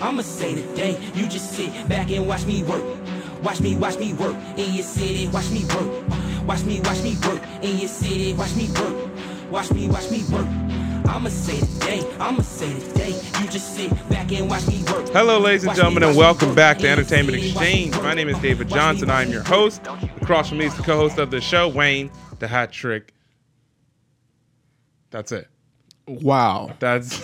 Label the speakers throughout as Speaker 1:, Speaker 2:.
Speaker 1: I'ma say today, you just sit back and watch me work. Watch me, watch me work in your city, watch me work. Watch me, watch me work in your city, watch me work. Watch me, watch me work. I'ma say today, I'ma say today, you just sit back and watch me work.
Speaker 2: Hello, ladies and
Speaker 1: Watch me,
Speaker 2: gentlemen,
Speaker 1: watch
Speaker 2: and
Speaker 1: me
Speaker 2: welcome
Speaker 1: work
Speaker 2: back to
Speaker 1: in your
Speaker 2: Entertainment
Speaker 1: city, watch me
Speaker 2: Exchange.
Speaker 1: work.
Speaker 2: My name is David
Speaker 1: Watch me,
Speaker 2: Johnson. I am your host. Across from me is the co host of the show, Wayne, the Hot Trick. That's it.
Speaker 3: Wow.
Speaker 2: That's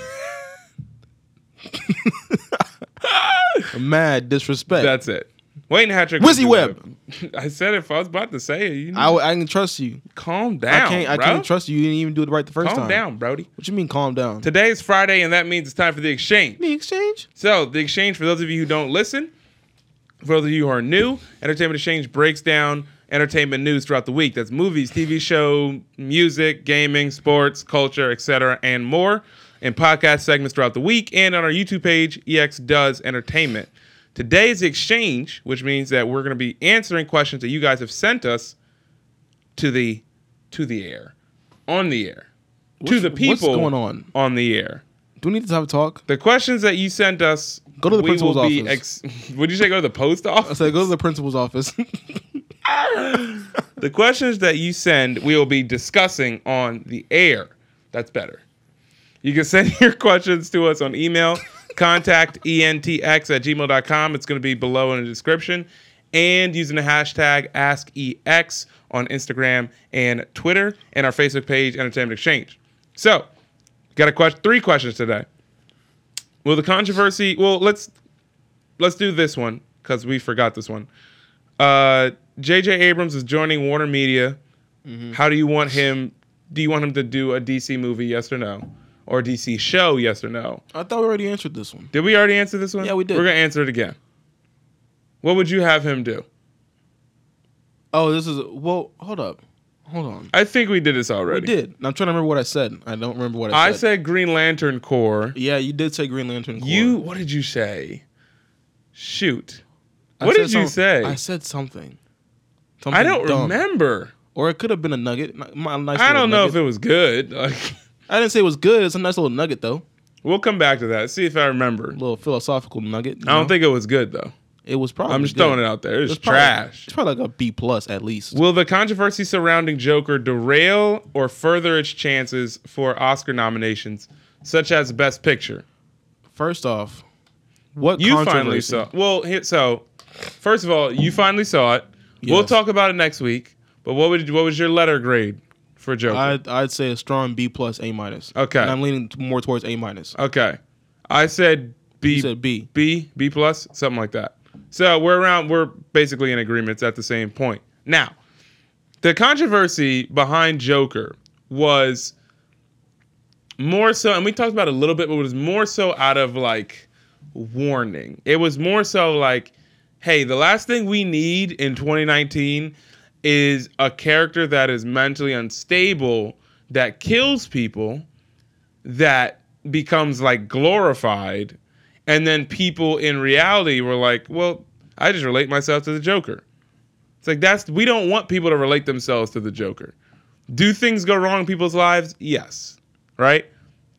Speaker 3: Mad disrespect.
Speaker 2: that's it. Wayne the Hat Trick.
Speaker 3: Wizzy Web.
Speaker 2: I said it. If I was about to say it, you
Speaker 3: I, w- I can trust you.
Speaker 2: calm down.
Speaker 3: I can't. I
Speaker 2: bro.
Speaker 3: can't trust you. You didn't even do it right the first
Speaker 2: Calm
Speaker 3: time.
Speaker 2: down, Brody.
Speaker 3: What you mean, calm down?
Speaker 2: Today is Friday, and that means it's time for the exchange.
Speaker 3: The exchange.
Speaker 2: So, the exchange, for those of you who don't listen, for those of you who are new, Entertainment Exchange breaks down entertainment news throughout the week. That's movies, TV show, music, gaming, sports, culture, etc., and more. In podcast segments throughout the week, and on our YouTube page, EX Does Entertainment. Today is the exchange, which means that we're going to be answering questions that you guys have sent us to the to the air, on the air, to
Speaker 3: What's-
Speaker 2: the people
Speaker 3: what's going on?
Speaker 2: on the air.
Speaker 3: Do we need to have a talk?
Speaker 2: The questions that you sent us,
Speaker 3: Go to the
Speaker 2: we
Speaker 3: principal's
Speaker 2: will be
Speaker 3: office.
Speaker 2: Ex- would you say go to the post
Speaker 3: I
Speaker 2: office?
Speaker 3: said, go to the principal's office.
Speaker 2: the questions that you send, we will be discussing on the air. That's better. You can send your questions to us on email, contact E entx at gmail.com. It's going to be below in the description. And using the hashtag AskEX on Instagram and Twitter and our Facebook page, Entertainment Exchange. So, got a question, three questions today. Will the controversy, well, let's let's do this one because we forgot this one. Uh, J.J. Abrams is joining Warner Media.
Speaker 3: Mm-hmm.
Speaker 2: How do you want him? Do you want him to do a DC movie? Yes or no? Or a DC show? Yes or no?
Speaker 3: I thought we already answered this one.
Speaker 2: Did we already answer this one?
Speaker 3: Yeah, we did.
Speaker 2: We're gonna answer it again. What would you have him do?
Speaker 3: Oh, this is well. Hold up. Hold on.
Speaker 2: I think we did this
Speaker 3: We
Speaker 2: already.
Speaker 3: did. And I'm trying to remember what I said. I don't remember what I
Speaker 2: I
Speaker 3: said.
Speaker 2: said Green Lantern Corps.
Speaker 3: Yeah, you did say Green Lantern. Corps.
Speaker 2: You. What did you say? Shoot.
Speaker 3: I
Speaker 2: what
Speaker 3: said
Speaker 2: did you
Speaker 3: some-
Speaker 2: say?
Speaker 3: I said something.
Speaker 2: I
Speaker 3: Something
Speaker 2: don't
Speaker 3: dumb.
Speaker 2: remember.
Speaker 3: Or it could have been a nugget. Not- My nice
Speaker 2: I
Speaker 3: little
Speaker 2: don't know if
Speaker 3: nugget.
Speaker 2: it was good. Like,
Speaker 3: I didn't say it was good. It's a nice little nugget though.
Speaker 2: we'll come back to that. See if I remember.
Speaker 3: A little philosophical nugget. you
Speaker 2: I don't
Speaker 3: know?
Speaker 2: think it was good though.
Speaker 3: it was probably.
Speaker 2: I'm just
Speaker 3: good.
Speaker 2: throwing it out there. It's,
Speaker 3: It's probably-
Speaker 2: trash.
Speaker 3: It's probably like a B plus at least.
Speaker 2: Will the controversy surrounding Joker derail or further its chances for Oscar nominations, such as Best Picture?
Speaker 3: First off, what
Speaker 2: You finally
Speaker 3: controversy?
Speaker 2: saw. Well, here- so first of all, you finally saw it. We'll
Speaker 3: Yes.
Speaker 2: talk about it next week. But what would what was your letter grade for Joker?
Speaker 3: I'd, I'd say a strong B plus A minus.
Speaker 2: Okay.
Speaker 3: and I'm leaning t- more towards A minus.
Speaker 2: okay, I said B
Speaker 3: You said B.
Speaker 2: B, B plus, something like that. So we're around, we're basically in agreements at the same point. Now, the controversy behind Joker was more so, and we talked about it a little bit, but it was more so out of like warning. It was more so like, hey, the last thing we need in 2019 is a character that is mentally unstable, that kills people, that becomes like glorified and then people in reality were like, well, I just relate myself to the Joker. It's like that's we don't want people to relate themselves to the Joker. Do things go wrong in people's lives? Yes. Right?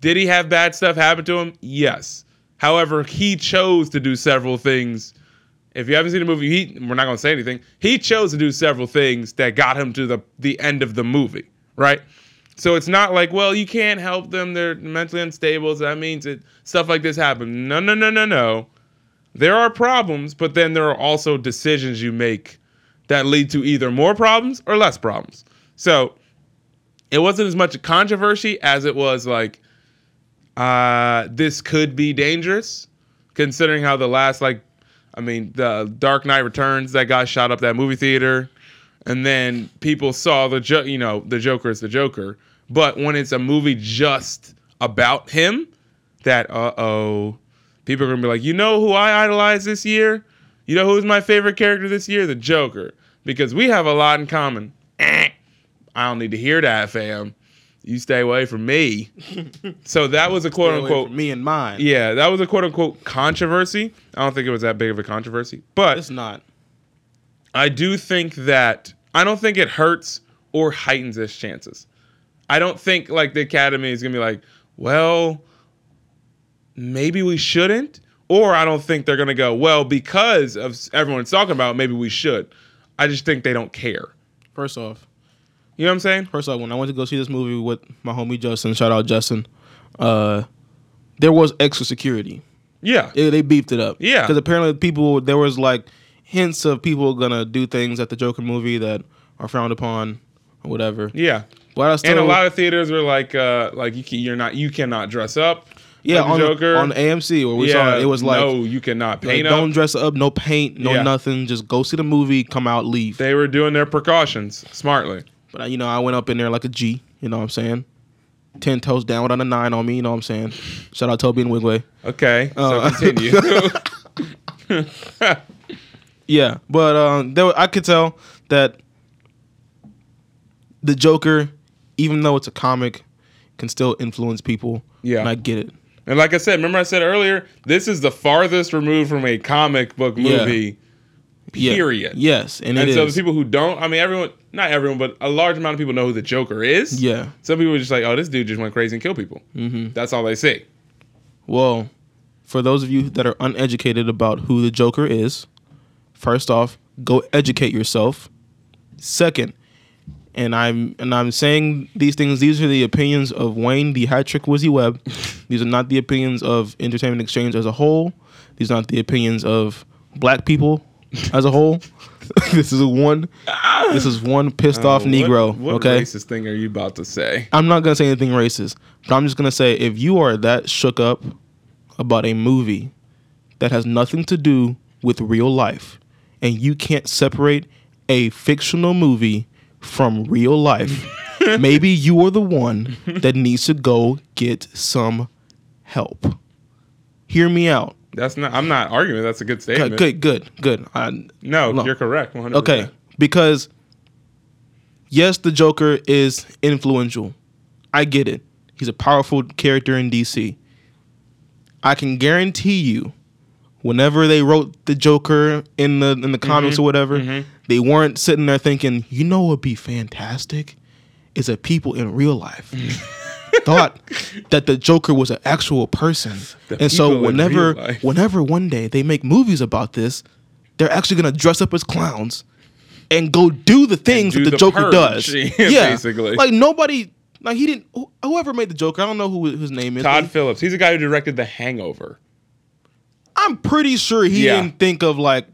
Speaker 2: Did he have bad stuff happen to him? Yes. However, he chose to do several things. If you haven't seen the movie, he we're not gonna say anything. He chose to do several things that got him to the the end of the movie, right? So it's not like, well, you can't help them. They're mentally unstable. So that means it stuff like this happen. No, no, no, no, no. There are problems, but then there are also decisions you make that lead to either more problems or less problems. So it wasn't as much a controversy as it was like uh, this could be dangerous, considering how the last like, I mean, the Dark Knight Returns that guy shot up that movie theater, and then people saw the jo- you know the Joker is the Joker, but when it's a movie just about him, that uh oh, people are gonna be like, you know who I idolized this year, you know who's my favorite character this year, the Joker, because we have a lot in common. Eh, I don't need to hear that, fam. You stay away from me. so that was a quote
Speaker 3: Stay away
Speaker 2: unquote
Speaker 3: from me and mine.
Speaker 2: yeah, that was a quote unquote controversy. I don't think it was that big of a controversy, but
Speaker 3: it's not.
Speaker 2: I do think that I don't think it hurts or heightens his chances. I don't think like the academy is gonna be like, well, maybe we shouldn't, Or I don't think they're going to go, well, because of s- everyone's talking about, it, maybe we should. I just think they don't care.
Speaker 3: First off,
Speaker 2: You know what I'm saying?
Speaker 3: first off, when I went to go see this movie with my homie Justin, shout out Justin, uh, there was extra security.
Speaker 2: Yeah.
Speaker 3: They, they beefed it up.
Speaker 2: Yeah.
Speaker 3: Because apparently people there was like hints of people gonna do things at the Joker movie that are frowned upon or whatever.
Speaker 2: yeah.
Speaker 3: But I still,
Speaker 2: And a lot of theaters were like, uh, like you can, you're not, you cannot dress up.
Speaker 3: yeah
Speaker 2: like the
Speaker 3: on
Speaker 2: Joker.
Speaker 3: on AMC where we saw
Speaker 2: yeah,
Speaker 3: it, it was like
Speaker 2: no, you cannot
Speaker 3: like,
Speaker 2: paint
Speaker 3: don't
Speaker 2: up.
Speaker 3: dress up, no paint, no
Speaker 2: Yeah.
Speaker 3: nothing. Just go see the movie, come out, leave.
Speaker 2: They were doing their precautions smartly.
Speaker 3: But I- you know, I went up in there like a G. You know what I'm saying? Ten toes down without a nine on me. You know what I'm saying? Shout out Toby and Wigway.
Speaker 2: Okay,
Speaker 3: Uh,
Speaker 2: so continue.
Speaker 3: Yeah, but um, there, were- I could tell that the Joker, even though it's a comic, can still influence people.
Speaker 2: Yeah.
Speaker 3: and I get it.
Speaker 2: and like I said, remember I said earlier, this is the farthest removed from a comic book
Speaker 3: Yeah.
Speaker 2: movie.
Speaker 3: Yeah.
Speaker 2: Period.
Speaker 3: Yes, and, it
Speaker 2: And
Speaker 3: is.
Speaker 2: so the people who don't, I mean, everyone, not everyone, but a large amount of people know who the Joker is.
Speaker 3: yeah.
Speaker 2: Some people are just like, oh, this dude just went crazy and killed people. Mm-hmm. That's all they see.
Speaker 3: Well, for those of you that are uneducated about who the Joker is, first off, go educate yourself. Second, and I'm and I'm saying these things. These are the opinions of Wayne the Hat Trick Wizzy Webb. These are not the opinions of Entertainment Exchange as a whole. These are not the opinions of Black people as a whole. this is one. This is one pissed off
Speaker 2: Uh, What-
Speaker 3: Negro.
Speaker 2: What
Speaker 3: okay,
Speaker 2: racist thing are you about to say?
Speaker 3: I'm not gonna say anything racist, but I'm just gonna say if you are that shook up about a movie that has nothing to do with real life, and you can't separate a fictional movie from real life, maybe you are the one that needs to go get some help. Hear me out.
Speaker 2: That's not. I'm not arguing. That's a good statement.
Speaker 3: Good, good, good, good. I,
Speaker 2: No,
Speaker 3: No.
Speaker 2: you're correct. 100%.
Speaker 3: Okay, because yes, the Joker is influential. I get it. He's a powerful character in DC. I can guarantee you, whenever they wrote the Joker in the in the
Speaker 2: Mm-hmm,
Speaker 3: comics or whatever, they weren't sitting there thinking, you know, what would be fantastic is if people in real life
Speaker 2: Mm-hmm.
Speaker 3: thought that the Joker was an actual person.
Speaker 2: The
Speaker 3: and so
Speaker 2: people in real
Speaker 3: whenever
Speaker 2: life.
Speaker 3: whenever one day they make movies about this, they're actually gonna dress up as clowns and go do the things
Speaker 2: do
Speaker 3: that the,
Speaker 2: the
Speaker 3: Joker
Speaker 2: purge,
Speaker 3: does.
Speaker 2: yeah,
Speaker 3: yeah,
Speaker 2: basically.
Speaker 3: Like nobody, like he didn't. wh- Whoever made the Joker, I don't know who his name is.
Speaker 2: Todd
Speaker 3: but
Speaker 2: Phillips. He's the guy who directed The Hangover.
Speaker 3: I'm pretty sure he
Speaker 2: Yeah.
Speaker 3: didn't think of like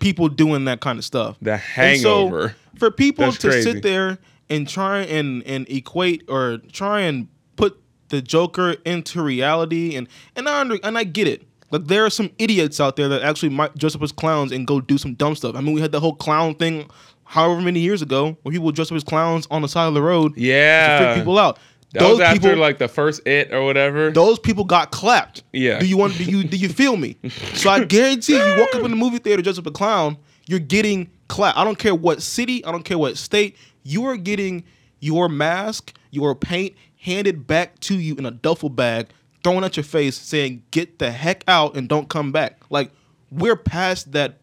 Speaker 3: people doing that kind of stuff.
Speaker 2: The
Speaker 3: And so,
Speaker 2: Hangover.
Speaker 3: for people
Speaker 2: That's
Speaker 3: to
Speaker 2: crazy.
Speaker 3: sit there and try and and equate or try and put the Joker into reality and and I under, and I get it. Like there are some idiots out there that actually might dress up as clowns and go do some dumb stuff. I mean, we had the whole clown thing, however many years ago, where people would dress up as clowns on the side of the road to
Speaker 2: yeah.
Speaker 3: freak people out.
Speaker 2: That was after
Speaker 3: people,
Speaker 2: like the first It or whatever.
Speaker 3: those people got clapped.
Speaker 2: Yeah.
Speaker 3: Do you want? Do you do you feel me? So I guarantee you walk up in the movie theater dressed up a clown, you're getting clapped. I don't care what city, I don't care what state, you are getting your mask, your paint handed back to you in a duffel bag, thrown at your face, saying "Get the heck out and don't come back." Like we're past that,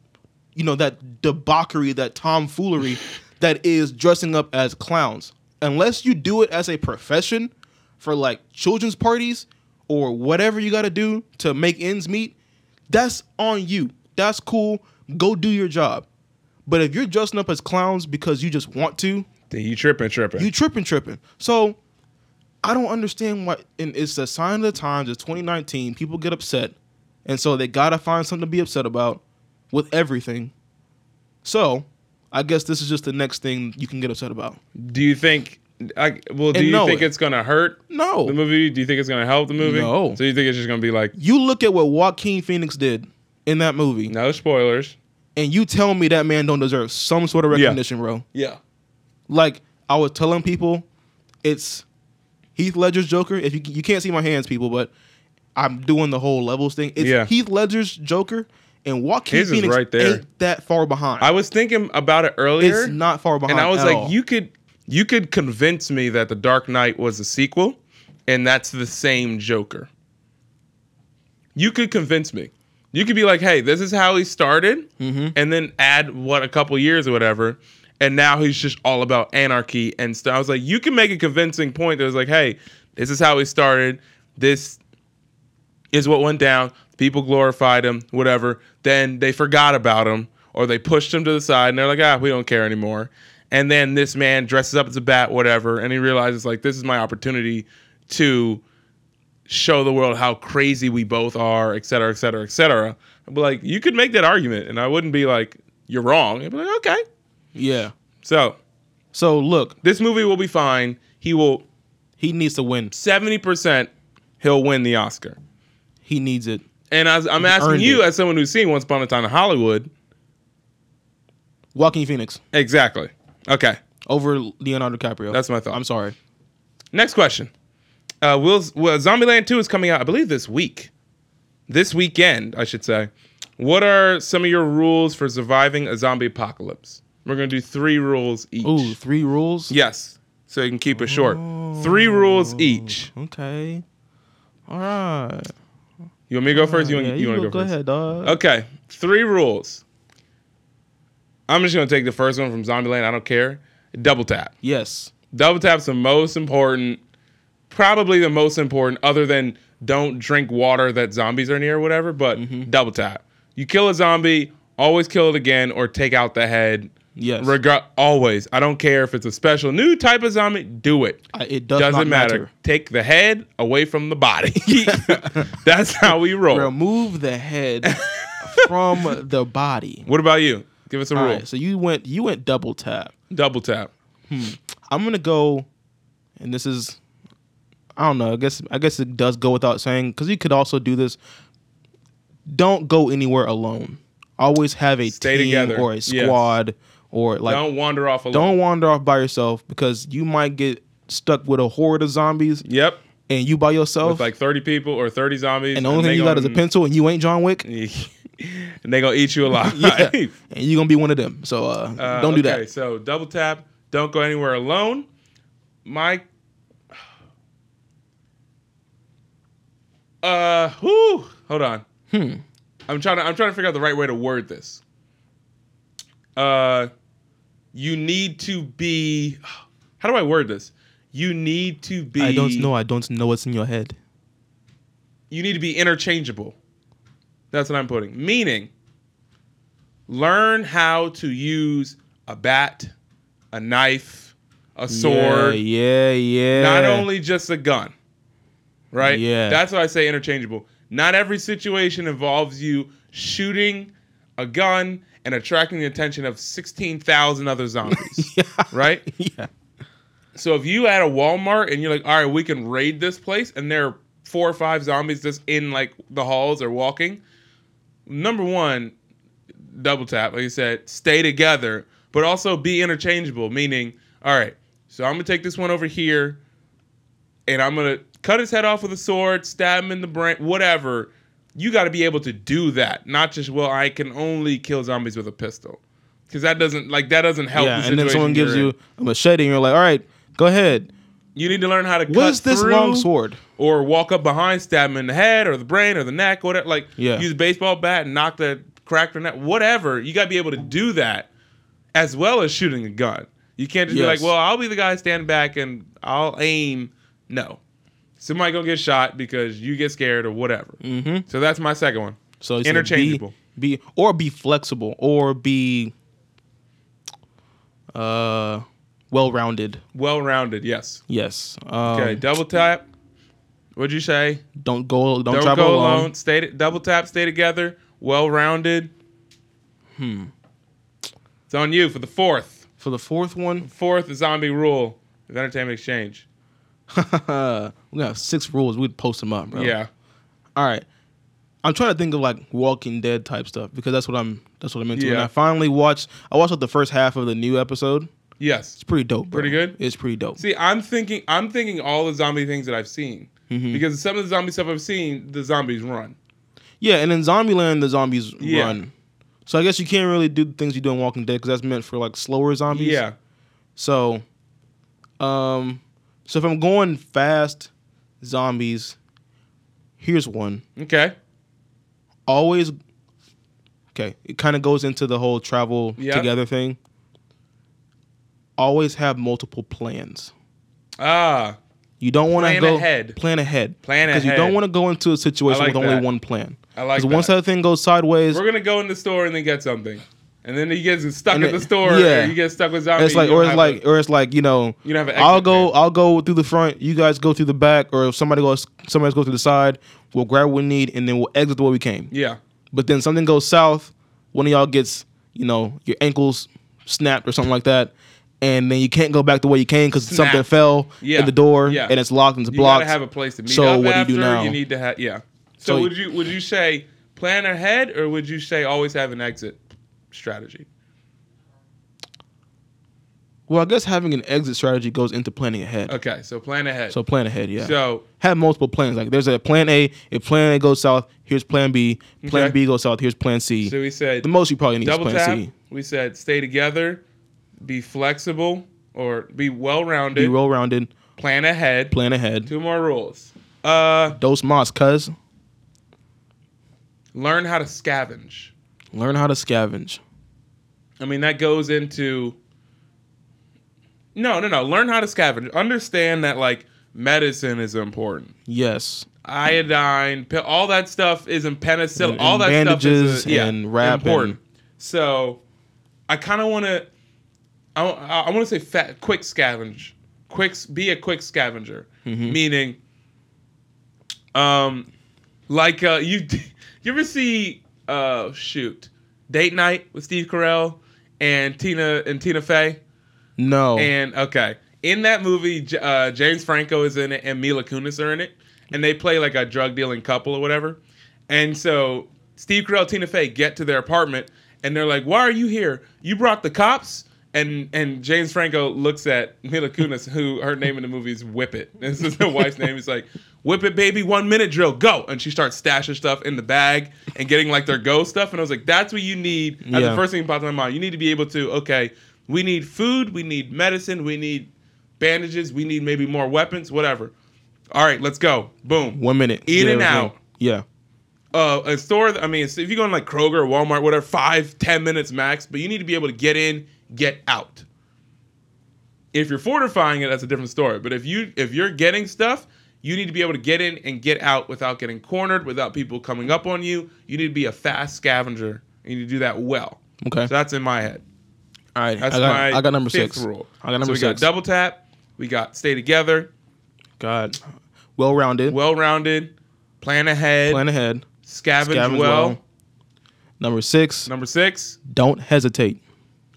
Speaker 3: you know, that debauchery, that tomfoolery, that is dressing up as clowns. Unless you do it as a profession, for like children's parties or whatever you got to do to make ends meet, that's on you. That's cool. Go do your job. But if you're dressing up as clowns because you just want to,
Speaker 2: Then you tripping, tripping.
Speaker 3: you tripping, tripping. So I don't understand why. And it's a sign of the times. It's 2019. People get upset, and so they gotta find something to be upset about with everything. So I guess this is just the next thing you can get upset about.
Speaker 2: do you think? I, well, do
Speaker 3: And
Speaker 2: you
Speaker 3: no
Speaker 2: think
Speaker 3: it.
Speaker 2: it's gonna hurt
Speaker 3: No,
Speaker 2: the movie? Do you think it's gonna help the movie?
Speaker 3: No.
Speaker 2: So you think it's just gonna be like
Speaker 3: you look at what Joaquin Phoenix did in that movie.
Speaker 2: no spoilers?
Speaker 3: and you tell me that man don't deserve some sort of
Speaker 2: Yeah.
Speaker 3: recognition, bro.
Speaker 2: Yeah.
Speaker 3: Like I was telling people, it's Heath Ledger's Joker. If you you can't see my hands, people, but I'm doing the whole levels thing. It's
Speaker 2: Yeah.
Speaker 3: Heath Ledger's Joker, and Joaquin
Speaker 2: His is
Speaker 3: Phoenix
Speaker 2: right there.
Speaker 3: ain't that far behind.
Speaker 2: I was thinking about it earlier,
Speaker 3: it's not far behind.
Speaker 2: and I was
Speaker 3: at
Speaker 2: like,
Speaker 3: all.
Speaker 2: you could, you could convince me that The Dark Knight was a sequel, and that's the same Joker. You could convince me. You could be like, hey, this is how he started,
Speaker 3: Mm-hmm.
Speaker 2: and then add what a couple years or whatever, and now he's just all about anarchy and stuff. I was like, you can make a convincing point that was like, hey, this is how he started. This is what went down. People glorified him, whatever. Then they forgot about him or they pushed him to the side and they're like, ah, we don't care anymore. And then this man dresses up as a bat, whatever, and he realizes, like, this is my opportunity to show the world how crazy we both are, et cetera, et cetera, et cetera. I'd be like, you could make that argument, and I wouldn't be like, you're wrong. I'd be like, okay.
Speaker 3: Yeah.
Speaker 2: So
Speaker 3: So look,
Speaker 2: this movie will be fine. He will
Speaker 3: he needs to win.
Speaker 2: seventy percent. He'll win the Oscar.
Speaker 3: He needs it.
Speaker 2: And I, I'm asking
Speaker 3: earned
Speaker 2: you,
Speaker 3: it.
Speaker 2: as someone who's seen Once Upon a Time in Hollywood,
Speaker 3: Joaquin Phoenix
Speaker 2: exactly. Okay.
Speaker 3: over Leonardo DiCaprio.
Speaker 2: That's my thought.
Speaker 3: I'm sorry.
Speaker 2: Next question. Uh, will well, Zombieland Two is coming out, I believe, this week. This weekend, I should say. What are some of your rules for surviving a zombie apocalypse? We're gonna do three rules each.
Speaker 3: Ooh, three rules.
Speaker 2: Yes. So you can keep it short. Three rules each.
Speaker 3: Okay. All right.
Speaker 2: You want me to go first? You want,
Speaker 3: Uh, Yeah,
Speaker 2: you want to
Speaker 3: go,
Speaker 2: go, first?
Speaker 3: ahead, dog.
Speaker 2: Okay, three rules. I'm just gonna take the first one from Zombieland. I don't care. Double tap.
Speaker 3: Yes.
Speaker 2: Double tap's the most important, probably the most important, other than don't drink water that zombies are near or whatever. But
Speaker 3: Mm-hmm.
Speaker 2: double tap. You kill a zombie, always kill it again, or take out the head.
Speaker 3: Yes.
Speaker 2: Reg- always. I don't care if it's a special new type of zombie. Do it.
Speaker 3: I- it does
Speaker 2: Doesn't
Speaker 3: not
Speaker 2: matter.
Speaker 3: matter.
Speaker 2: Take the head away from the body. That's how we roll.
Speaker 3: Remove the head from the body.
Speaker 2: What about you? Give us a
Speaker 3: All
Speaker 2: rule.
Speaker 3: right. So you went you went double tap.
Speaker 2: Double tap.
Speaker 3: I'm gonna go, and this is, I don't know. I guess I guess it does go without saying because you could also do this. Don't go anywhere alone. Always have a
Speaker 2: Stay
Speaker 3: team
Speaker 2: together.
Speaker 3: or a
Speaker 2: Yes.
Speaker 3: squad or like
Speaker 2: don't
Speaker 3: don't,
Speaker 2: wander off alone.
Speaker 3: wander off by yourself because you might get stuck with a horde of zombies
Speaker 2: Yep.
Speaker 3: and you by yourself.
Speaker 2: With like 30 people or 30 zombies.
Speaker 3: and the only thing you got is a pencil and you ain't John Wick.
Speaker 2: pen. and they going to eat you alive.
Speaker 3: Yeah. and you're gonna be one of them. So uh,
Speaker 2: Uh,
Speaker 3: don't do
Speaker 2: okay,
Speaker 3: that.
Speaker 2: So double tap. Don't go anywhere alone. My. Uh, whew. Hold on. Hmm. I'm trying to. I'm trying to figure out the right way to word this. Uh, you need to be. How do I word this? You need to be.
Speaker 3: I don't know. I don't know what's in your head.
Speaker 2: you need to be interchangeable. That's what I'm putting. Meaning, learn how to use a bat, a knife, a sword,
Speaker 3: Yeah, yeah. yeah.
Speaker 2: not only just a gun. Right?
Speaker 3: Yeah.
Speaker 2: That's why I say interchangeable. Not every situation involves you shooting a gun and attracting the attention of 16,000 other zombies. Right?
Speaker 3: yeah.
Speaker 2: So if you at a Walmart and you're like, all right, we can raid this place, and there are four or five zombies just in like the halls or walking, number one, double tap, like you said, stay together, but also be interchangeable, meaning, all right, so I'm gonna take this one over here, and I'm gonna cut his head off with a sword, stab him in the brain, whatever. You got to be able to do that, not just well. I can only kill zombies with a pistol, because that doesn't like that doesn't help.
Speaker 3: yeah,
Speaker 2: the
Speaker 3: and then
Speaker 2: situation
Speaker 3: someone gives
Speaker 2: you're in.
Speaker 3: you a machete, and you're like, "All right, go ahead.
Speaker 2: You need to learn how to
Speaker 3: What
Speaker 2: cut
Speaker 3: is this
Speaker 2: through
Speaker 3: long sword?"
Speaker 2: or walk up behind, stab him in the head or the brain or the neck, whatever. Like
Speaker 3: Yeah.
Speaker 2: use a baseball bat and knock the crack in that, whatever. You got to be able to do that as well as shooting a gun. You can't just be
Speaker 3: Yes.
Speaker 2: like, well, I'll be the guy standing back and I'll aim. No, somebody gonna get shot because you get scared or whatever. Mm-hmm. So that's my second one.
Speaker 3: So it's
Speaker 2: Interchangeable.
Speaker 3: Be, be or be flexible or be uh well-rounded.
Speaker 2: Well-rounded, yes.
Speaker 3: Yes. Um,
Speaker 2: Okay, double tap. What'd you say?
Speaker 3: Don't go. Don't,
Speaker 2: Don't
Speaker 3: travel
Speaker 2: go
Speaker 3: alone.
Speaker 2: alone. Stay double tap. Stay together. Well rounded. Hmm. It's on you for the fourth.
Speaker 3: For the fourth one,
Speaker 2: Fourth zombie rule of Entertainment Exchange.
Speaker 3: we have six rules. We'd post them up, bro.
Speaker 2: Yeah.
Speaker 3: All right. I'm trying to think of like Walking Dead type stuff because that's what I'm that's what I'm into. And
Speaker 2: Yeah.
Speaker 3: I finally watched I watched like the first half of the new episode.
Speaker 2: Yes.
Speaker 3: It's pretty dope. Bro.
Speaker 2: Pretty good?
Speaker 3: It's pretty dope.
Speaker 2: See, I'm thinking. I'm thinking all the zombie things that I've seen
Speaker 3: Mm-hmm.
Speaker 2: because some of the zombie stuff I've seen, the zombies run.
Speaker 3: Yeah, and in Zombieland, the zombies
Speaker 2: Yeah.
Speaker 3: run. So I guess you can't really do the things you do in Walking Dead because that's meant for like slower zombies.
Speaker 2: Yeah.
Speaker 3: So, um, so if I'm going fast zombies, here's one.
Speaker 2: Okay.
Speaker 3: Always. Okay, it kind of goes into the whole travel
Speaker 2: Yeah.
Speaker 3: together thing. Always have multiple plans.
Speaker 2: Ah.
Speaker 3: You don't want to
Speaker 2: Plan
Speaker 3: go
Speaker 2: ahead.
Speaker 3: Plan ahead.
Speaker 2: Plan
Speaker 3: Because you
Speaker 2: ahead.
Speaker 3: don't want to go into a situation
Speaker 2: I like
Speaker 3: with only
Speaker 2: that.
Speaker 3: one plan.
Speaker 2: I like
Speaker 3: once
Speaker 2: that.
Speaker 3: that thing goes sideways,
Speaker 2: We're gonna go in the store and then get something, and then you get stuck
Speaker 3: And
Speaker 2: at the
Speaker 3: it-
Speaker 2: store.
Speaker 3: yeah.
Speaker 2: or you get stuck with zombies.
Speaker 3: it's like,
Speaker 2: you
Speaker 3: or
Speaker 2: don't
Speaker 3: it's
Speaker 2: have
Speaker 3: like,
Speaker 2: a-
Speaker 3: or it's like, you know,
Speaker 2: You don't have an
Speaker 3: I'll
Speaker 2: exit
Speaker 3: go,
Speaker 2: plan.
Speaker 3: I'll go through the front. You guys go through the back, or if somebody goes, somebody else goes through the side. We'll grab what we need, and then we'll exit the way we came.
Speaker 2: yeah,
Speaker 3: But then something goes south. One of y'all gets, you know, your ankles snapped or something like that, and then you can't go back the way you came because
Speaker 2: Snap.
Speaker 3: something fell
Speaker 2: Yeah.
Speaker 3: in the door,
Speaker 2: Yeah.
Speaker 3: and it's locked and it's
Speaker 2: you
Speaker 3: blocked.
Speaker 2: gotta have a place to meet
Speaker 3: So
Speaker 2: up
Speaker 3: what do you
Speaker 2: after.
Speaker 3: do now?
Speaker 2: You need to have yeah. So,
Speaker 3: So-
Speaker 2: would you would you say plan ahead, or would you say always have an exit strategy?
Speaker 3: well, I guess having an exit strategy goes into planning ahead.
Speaker 2: Okay, so plan ahead.
Speaker 3: So plan ahead, yeah.
Speaker 2: So-
Speaker 3: have multiple plans. Like there's a plan A. If plan A goes south, here's plan B. Plan
Speaker 2: Okay.
Speaker 3: B goes south, here's plan C.
Speaker 2: So we said
Speaker 3: the most you probably need is
Speaker 2: double
Speaker 3: plan
Speaker 2: tap.
Speaker 3: C.
Speaker 2: We said stay together, be flexible, or be well
Speaker 3: Be
Speaker 2: rounded.
Speaker 3: well rounded,
Speaker 2: plan ahead.
Speaker 3: plan ahead.
Speaker 2: Two more rules. Uh,
Speaker 3: Dos mas, cuz
Speaker 2: learn how to scavenge.
Speaker 3: learn how to scavenge.
Speaker 2: I mean, that goes into. No, no, no. Learn how to scavenge. Understand that like medicine is important.
Speaker 3: Yes,
Speaker 2: Iodine, pi- all that stuff isn't penicillin.
Speaker 3: And-
Speaker 2: all
Speaker 3: and
Speaker 2: that
Speaker 3: bandages
Speaker 2: stuff is uh, yeah,
Speaker 3: and wrap
Speaker 2: important.
Speaker 3: and-
Speaker 2: so, I kind of want to. I, want to say fa quick scavenge. Quick, s- be a quick scavenger.
Speaker 3: Mm-hmm.
Speaker 2: Meaning, um, like uh, you, you ever see? Uh, shoot, date night with Steve Carell and Tina and Tina Fey.
Speaker 3: no.
Speaker 2: And okay, in that movie, J- uh, James Franco is in it, and Mila Kunis are in it, and they play like a drug dealing couple or whatever. And so Steve Carell, Tina Fey get to their apartment, and they're like, "Why are you here? You brought the cops." And and James Franco looks at Mila Kunis, who her name in the movie is Whip It. This is her wife's name. He's like, "Whip It, baby, one minute drill, go!" And she starts stashing stuff in the bag and getting like their go stuff. And I was like, "That's what you need." That's the
Speaker 3: Yeah.
Speaker 2: first first thing popped in my mind. You need to be able to, okay, we need food, we need medicine, we need bandages, we need maybe more weapons, whatever. All right, let's go. Boom.
Speaker 3: One minute.
Speaker 2: In
Speaker 3: Get
Speaker 2: and
Speaker 3: everything.
Speaker 2: out.
Speaker 3: Yeah.
Speaker 2: Uh, a store, I mean, if you go in like Kroger, Walmart, whatever, five, ten minutes max, but you need to be able to get in, get out. If you're fortifying it, that's a different story. But if you if you're getting stuff, you need to be able to get in and get out without getting cornered, without people coming up on you. You need to be a fast scavenger. and You need to do that well.
Speaker 3: Okay.
Speaker 2: So that's in my head.
Speaker 3: All right.
Speaker 2: That's
Speaker 3: I got,
Speaker 2: my
Speaker 3: I got number
Speaker 2: fifth
Speaker 3: six.
Speaker 2: rule.
Speaker 3: I got number
Speaker 2: so we
Speaker 3: six.
Speaker 2: got double tap. We got stay together,
Speaker 3: God. Well rounded.
Speaker 2: well rounded, plan ahead,
Speaker 3: plan ahead.
Speaker 2: scavenge,
Speaker 3: scavenge
Speaker 2: well.
Speaker 3: well. Number six.
Speaker 2: Number six.
Speaker 3: Don't hesitate.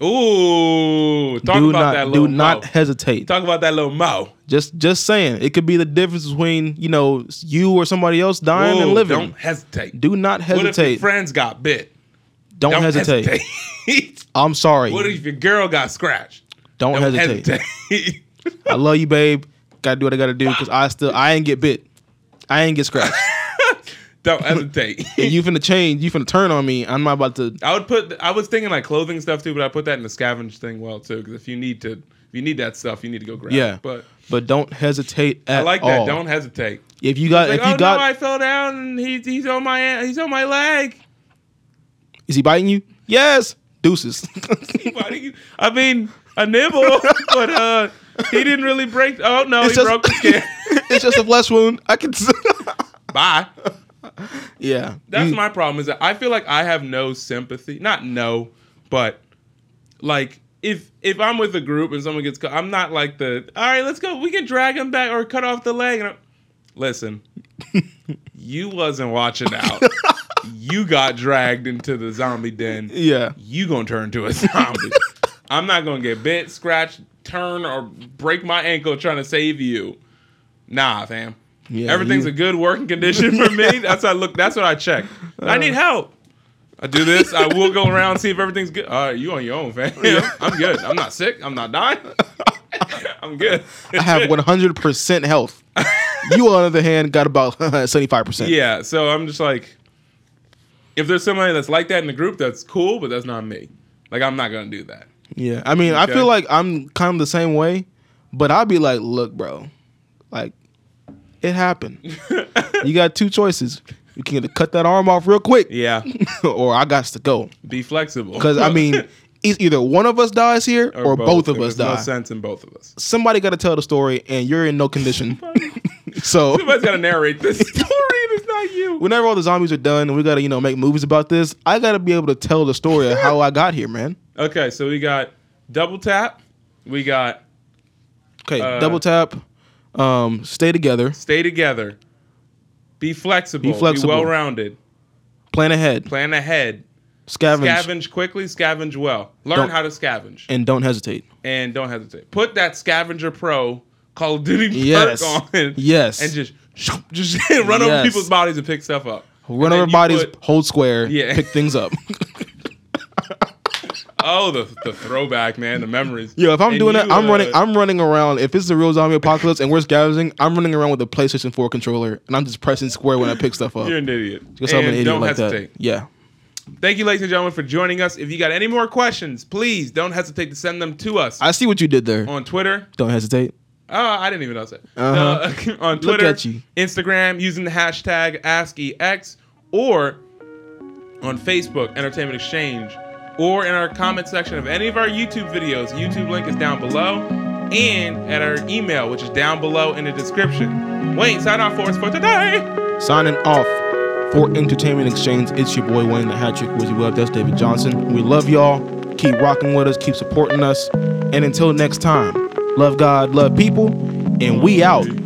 Speaker 2: Ooh, talk
Speaker 3: do
Speaker 2: about
Speaker 3: not
Speaker 2: that
Speaker 3: do
Speaker 2: little
Speaker 3: not
Speaker 2: mo.
Speaker 3: hesitate.
Speaker 2: talk about that little mo.
Speaker 3: Just just saying, it could be the difference between you know you or somebody else dying
Speaker 2: Ooh,
Speaker 3: and living.
Speaker 2: Don't hesitate.
Speaker 3: Do
Speaker 2: What
Speaker 3: not
Speaker 2: if your
Speaker 3: hesitate.
Speaker 2: friends got bit?
Speaker 3: don't, hesitate.
Speaker 2: hesitate.
Speaker 3: I'm sorry.
Speaker 2: what if your girl got scratched?
Speaker 3: don't,
Speaker 2: Don't
Speaker 3: hesitate.
Speaker 2: hesitate.
Speaker 3: I love you, babe. Gotta do what I gotta do because I still I ain't get bit. I ain't get scratched.
Speaker 2: don't hesitate.
Speaker 3: and you finna change. You finna turn on me. I'm not about to.
Speaker 2: I would put. I was thinking like clothing stuff too, but I put that in the scavenge thing well too, because if you need to, if you need that stuff, you need to go grab.
Speaker 3: Yeah.
Speaker 2: it. but
Speaker 3: But don't hesitate at
Speaker 2: I like
Speaker 3: all.
Speaker 2: that. Don't hesitate.
Speaker 3: If you got
Speaker 2: Like,
Speaker 3: Oh. if you
Speaker 2: oh
Speaker 3: got
Speaker 2: no, I fell down and he's he's on my he's on my leg.
Speaker 3: is he biting you? Yes. Deuces.
Speaker 2: Why do you- I mean, a nibble, but uh, he didn't really break. Oh no, he
Speaker 3: It's just-
Speaker 2: broke his skin.
Speaker 3: it's just a flesh wound. I can. s-
Speaker 2: Bye.
Speaker 3: yeah.
Speaker 2: That's
Speaker 3: You-
Speaker 2: my problem. Is that I feel like I have no sympathy. Not no, but like if if I'm with a group and someone gets cut, I'm not like the all right. Let's go. We can drag him back or cut off the leg. And I'm, listen, you wasn't watching out. you got dragged into the zombie den.
Speaker 3: Yeah.
Speaker 2: you gonna turn to a zombie. I'm not gonna get bit, scratched, turn, or break my ankle trying to save you. Nah, fam.
Speaker 3: Yeah,
Speaker 2: Everything's
Speaker 3: you-
Speaker 2: a good working condition for me. That's what I look. That's what I check.
Speaker 3: Uh.
Speaker 2: I need help. I do this. I will go around see if everything's good. All right, you on your own, fam. I'm good. I'm not sick. I'm not dying. I'm good.
Speaker 3: I have 100% health. you, on the other hand, got about 75%.
Speaker 2: Yeah. So I'm just like, if there's somebody that's like that in the group, that's cool, but that's not me. Like I'm not gonna do that.
Speaker 3: Yeah. I mean,
Speaker 2: Okay.
Speaker 3: I feel like I'm kind of the same way, but I'll be like, look, bro, like, it happened. you got two choices. You can either cut that arm off real quick,
Speaker 2: Yeah.
Speaker 3: or I got to go.
Speaker 2: Be flexible.
Speaker 3: Because, I mean, It's either one of us dies here or, both, of
Speaker 2: There
Speaker 3: us
Speaker 2: was No
Speaker 3: die.
Speaker 2: sense in both of us.
Speaker 3: Somebody got to tell the story, and you're in no condition. so
Speaker 2: Somebody's got to narrate this story, and it's not you.
Speaker 3: whenever all the zombies are done, and we got to you know make movies about this, I got to be able to tell the story of how I got here, man.
Speaker 2: Okay, so we got double tap. We got
Speaker 3: Okay,
Speaker 2: Uh,
Speaker 3: double tap. Um, stay together.
Speaker 2: stay together. Be flexible. Be,
Speaker 3: flexible.
Speaker 2: well-rounded.
Speaker 3: Plan ahead.
Speaker 2: Plan ahead.
Speaker 3: Scavenge,
Speaker 2: Scavenge quickly. Scavenge well. Learn
Speaker 3: Don't-
Speaker 2: how to scavenge.
Speaker 3: and don't hesitate.
Speaker 2: and don't hesitate. Put that Scavenger Pro Call of Duty
Speaker 3: Yes.
Speaker 2: perk on.
Speaker 3: Yes.
Speaker 2: And just just run over
Speaker 3: Yes.
Speaker 2: people's bodies and pick stuff up. And
Speaker 3: Run
Speaker 2: then
Speaker 3: over
Speaker 2: you
Speaker 3: bodies,
Speaker 2: put-
Speaker 3: hold square,
Speaker 2: Yeah.
Speaker 3: pick things up.
Speaker 2: oh, the, the throwback, man. The memories.
Speaker 3: Yo, if I'm
Speaker 2: And
Speaker 3: doing that,
Speaker 2: you,
Speaker 3: I'm
Speaker 2: uh,
Speaker 3: running. I'm running around. If it's the real zombie apocalypse and we're scavenging, I'm running around with a PlayStation 4 controller and I'm just pressing square when I pick stuff up.
Speaker 2: You're an idiot.
Speaker 3: Because I'm an
Speaker 2: And
Speaker 3: idiot
Speaker 2: don't
Speaker 3: like
Speaker 2: hesitate.
Speaker 3: that. Yeah.
Speaker 2: Thank you, ladies and gentlemen, for joining us. If you got any more questions, please don't hesitate to send them to us
Speaker 3: I see what you did there.
Speaker 2: on Twitter.
Speaker 3: Don't hesitate.
Speaker 2: Oh, I didn't even know that.
Speaker 3: Uh-huh.
Speaker 2: Uh, on
Speaker 3: Look
Speaker 2: Twitter,
Speaker 3: at you.
Speaker 2: Instagram, using the hashtag AskEX, or on Facebook, Entertainment Exchange, or in our comment section of any of our YouTube videos. YouTube link is down below, and at our email, which is down below in the description. Wayne, sign off for us for today.
Speaker 3: Signing off for Entertainment Exchange. It's your boy Wayne the Hat Trick with you. Web. That's David Johnson. We love y'all. Keep rocking with us. Keep supporting us. And until next time, love God, love people, and we out.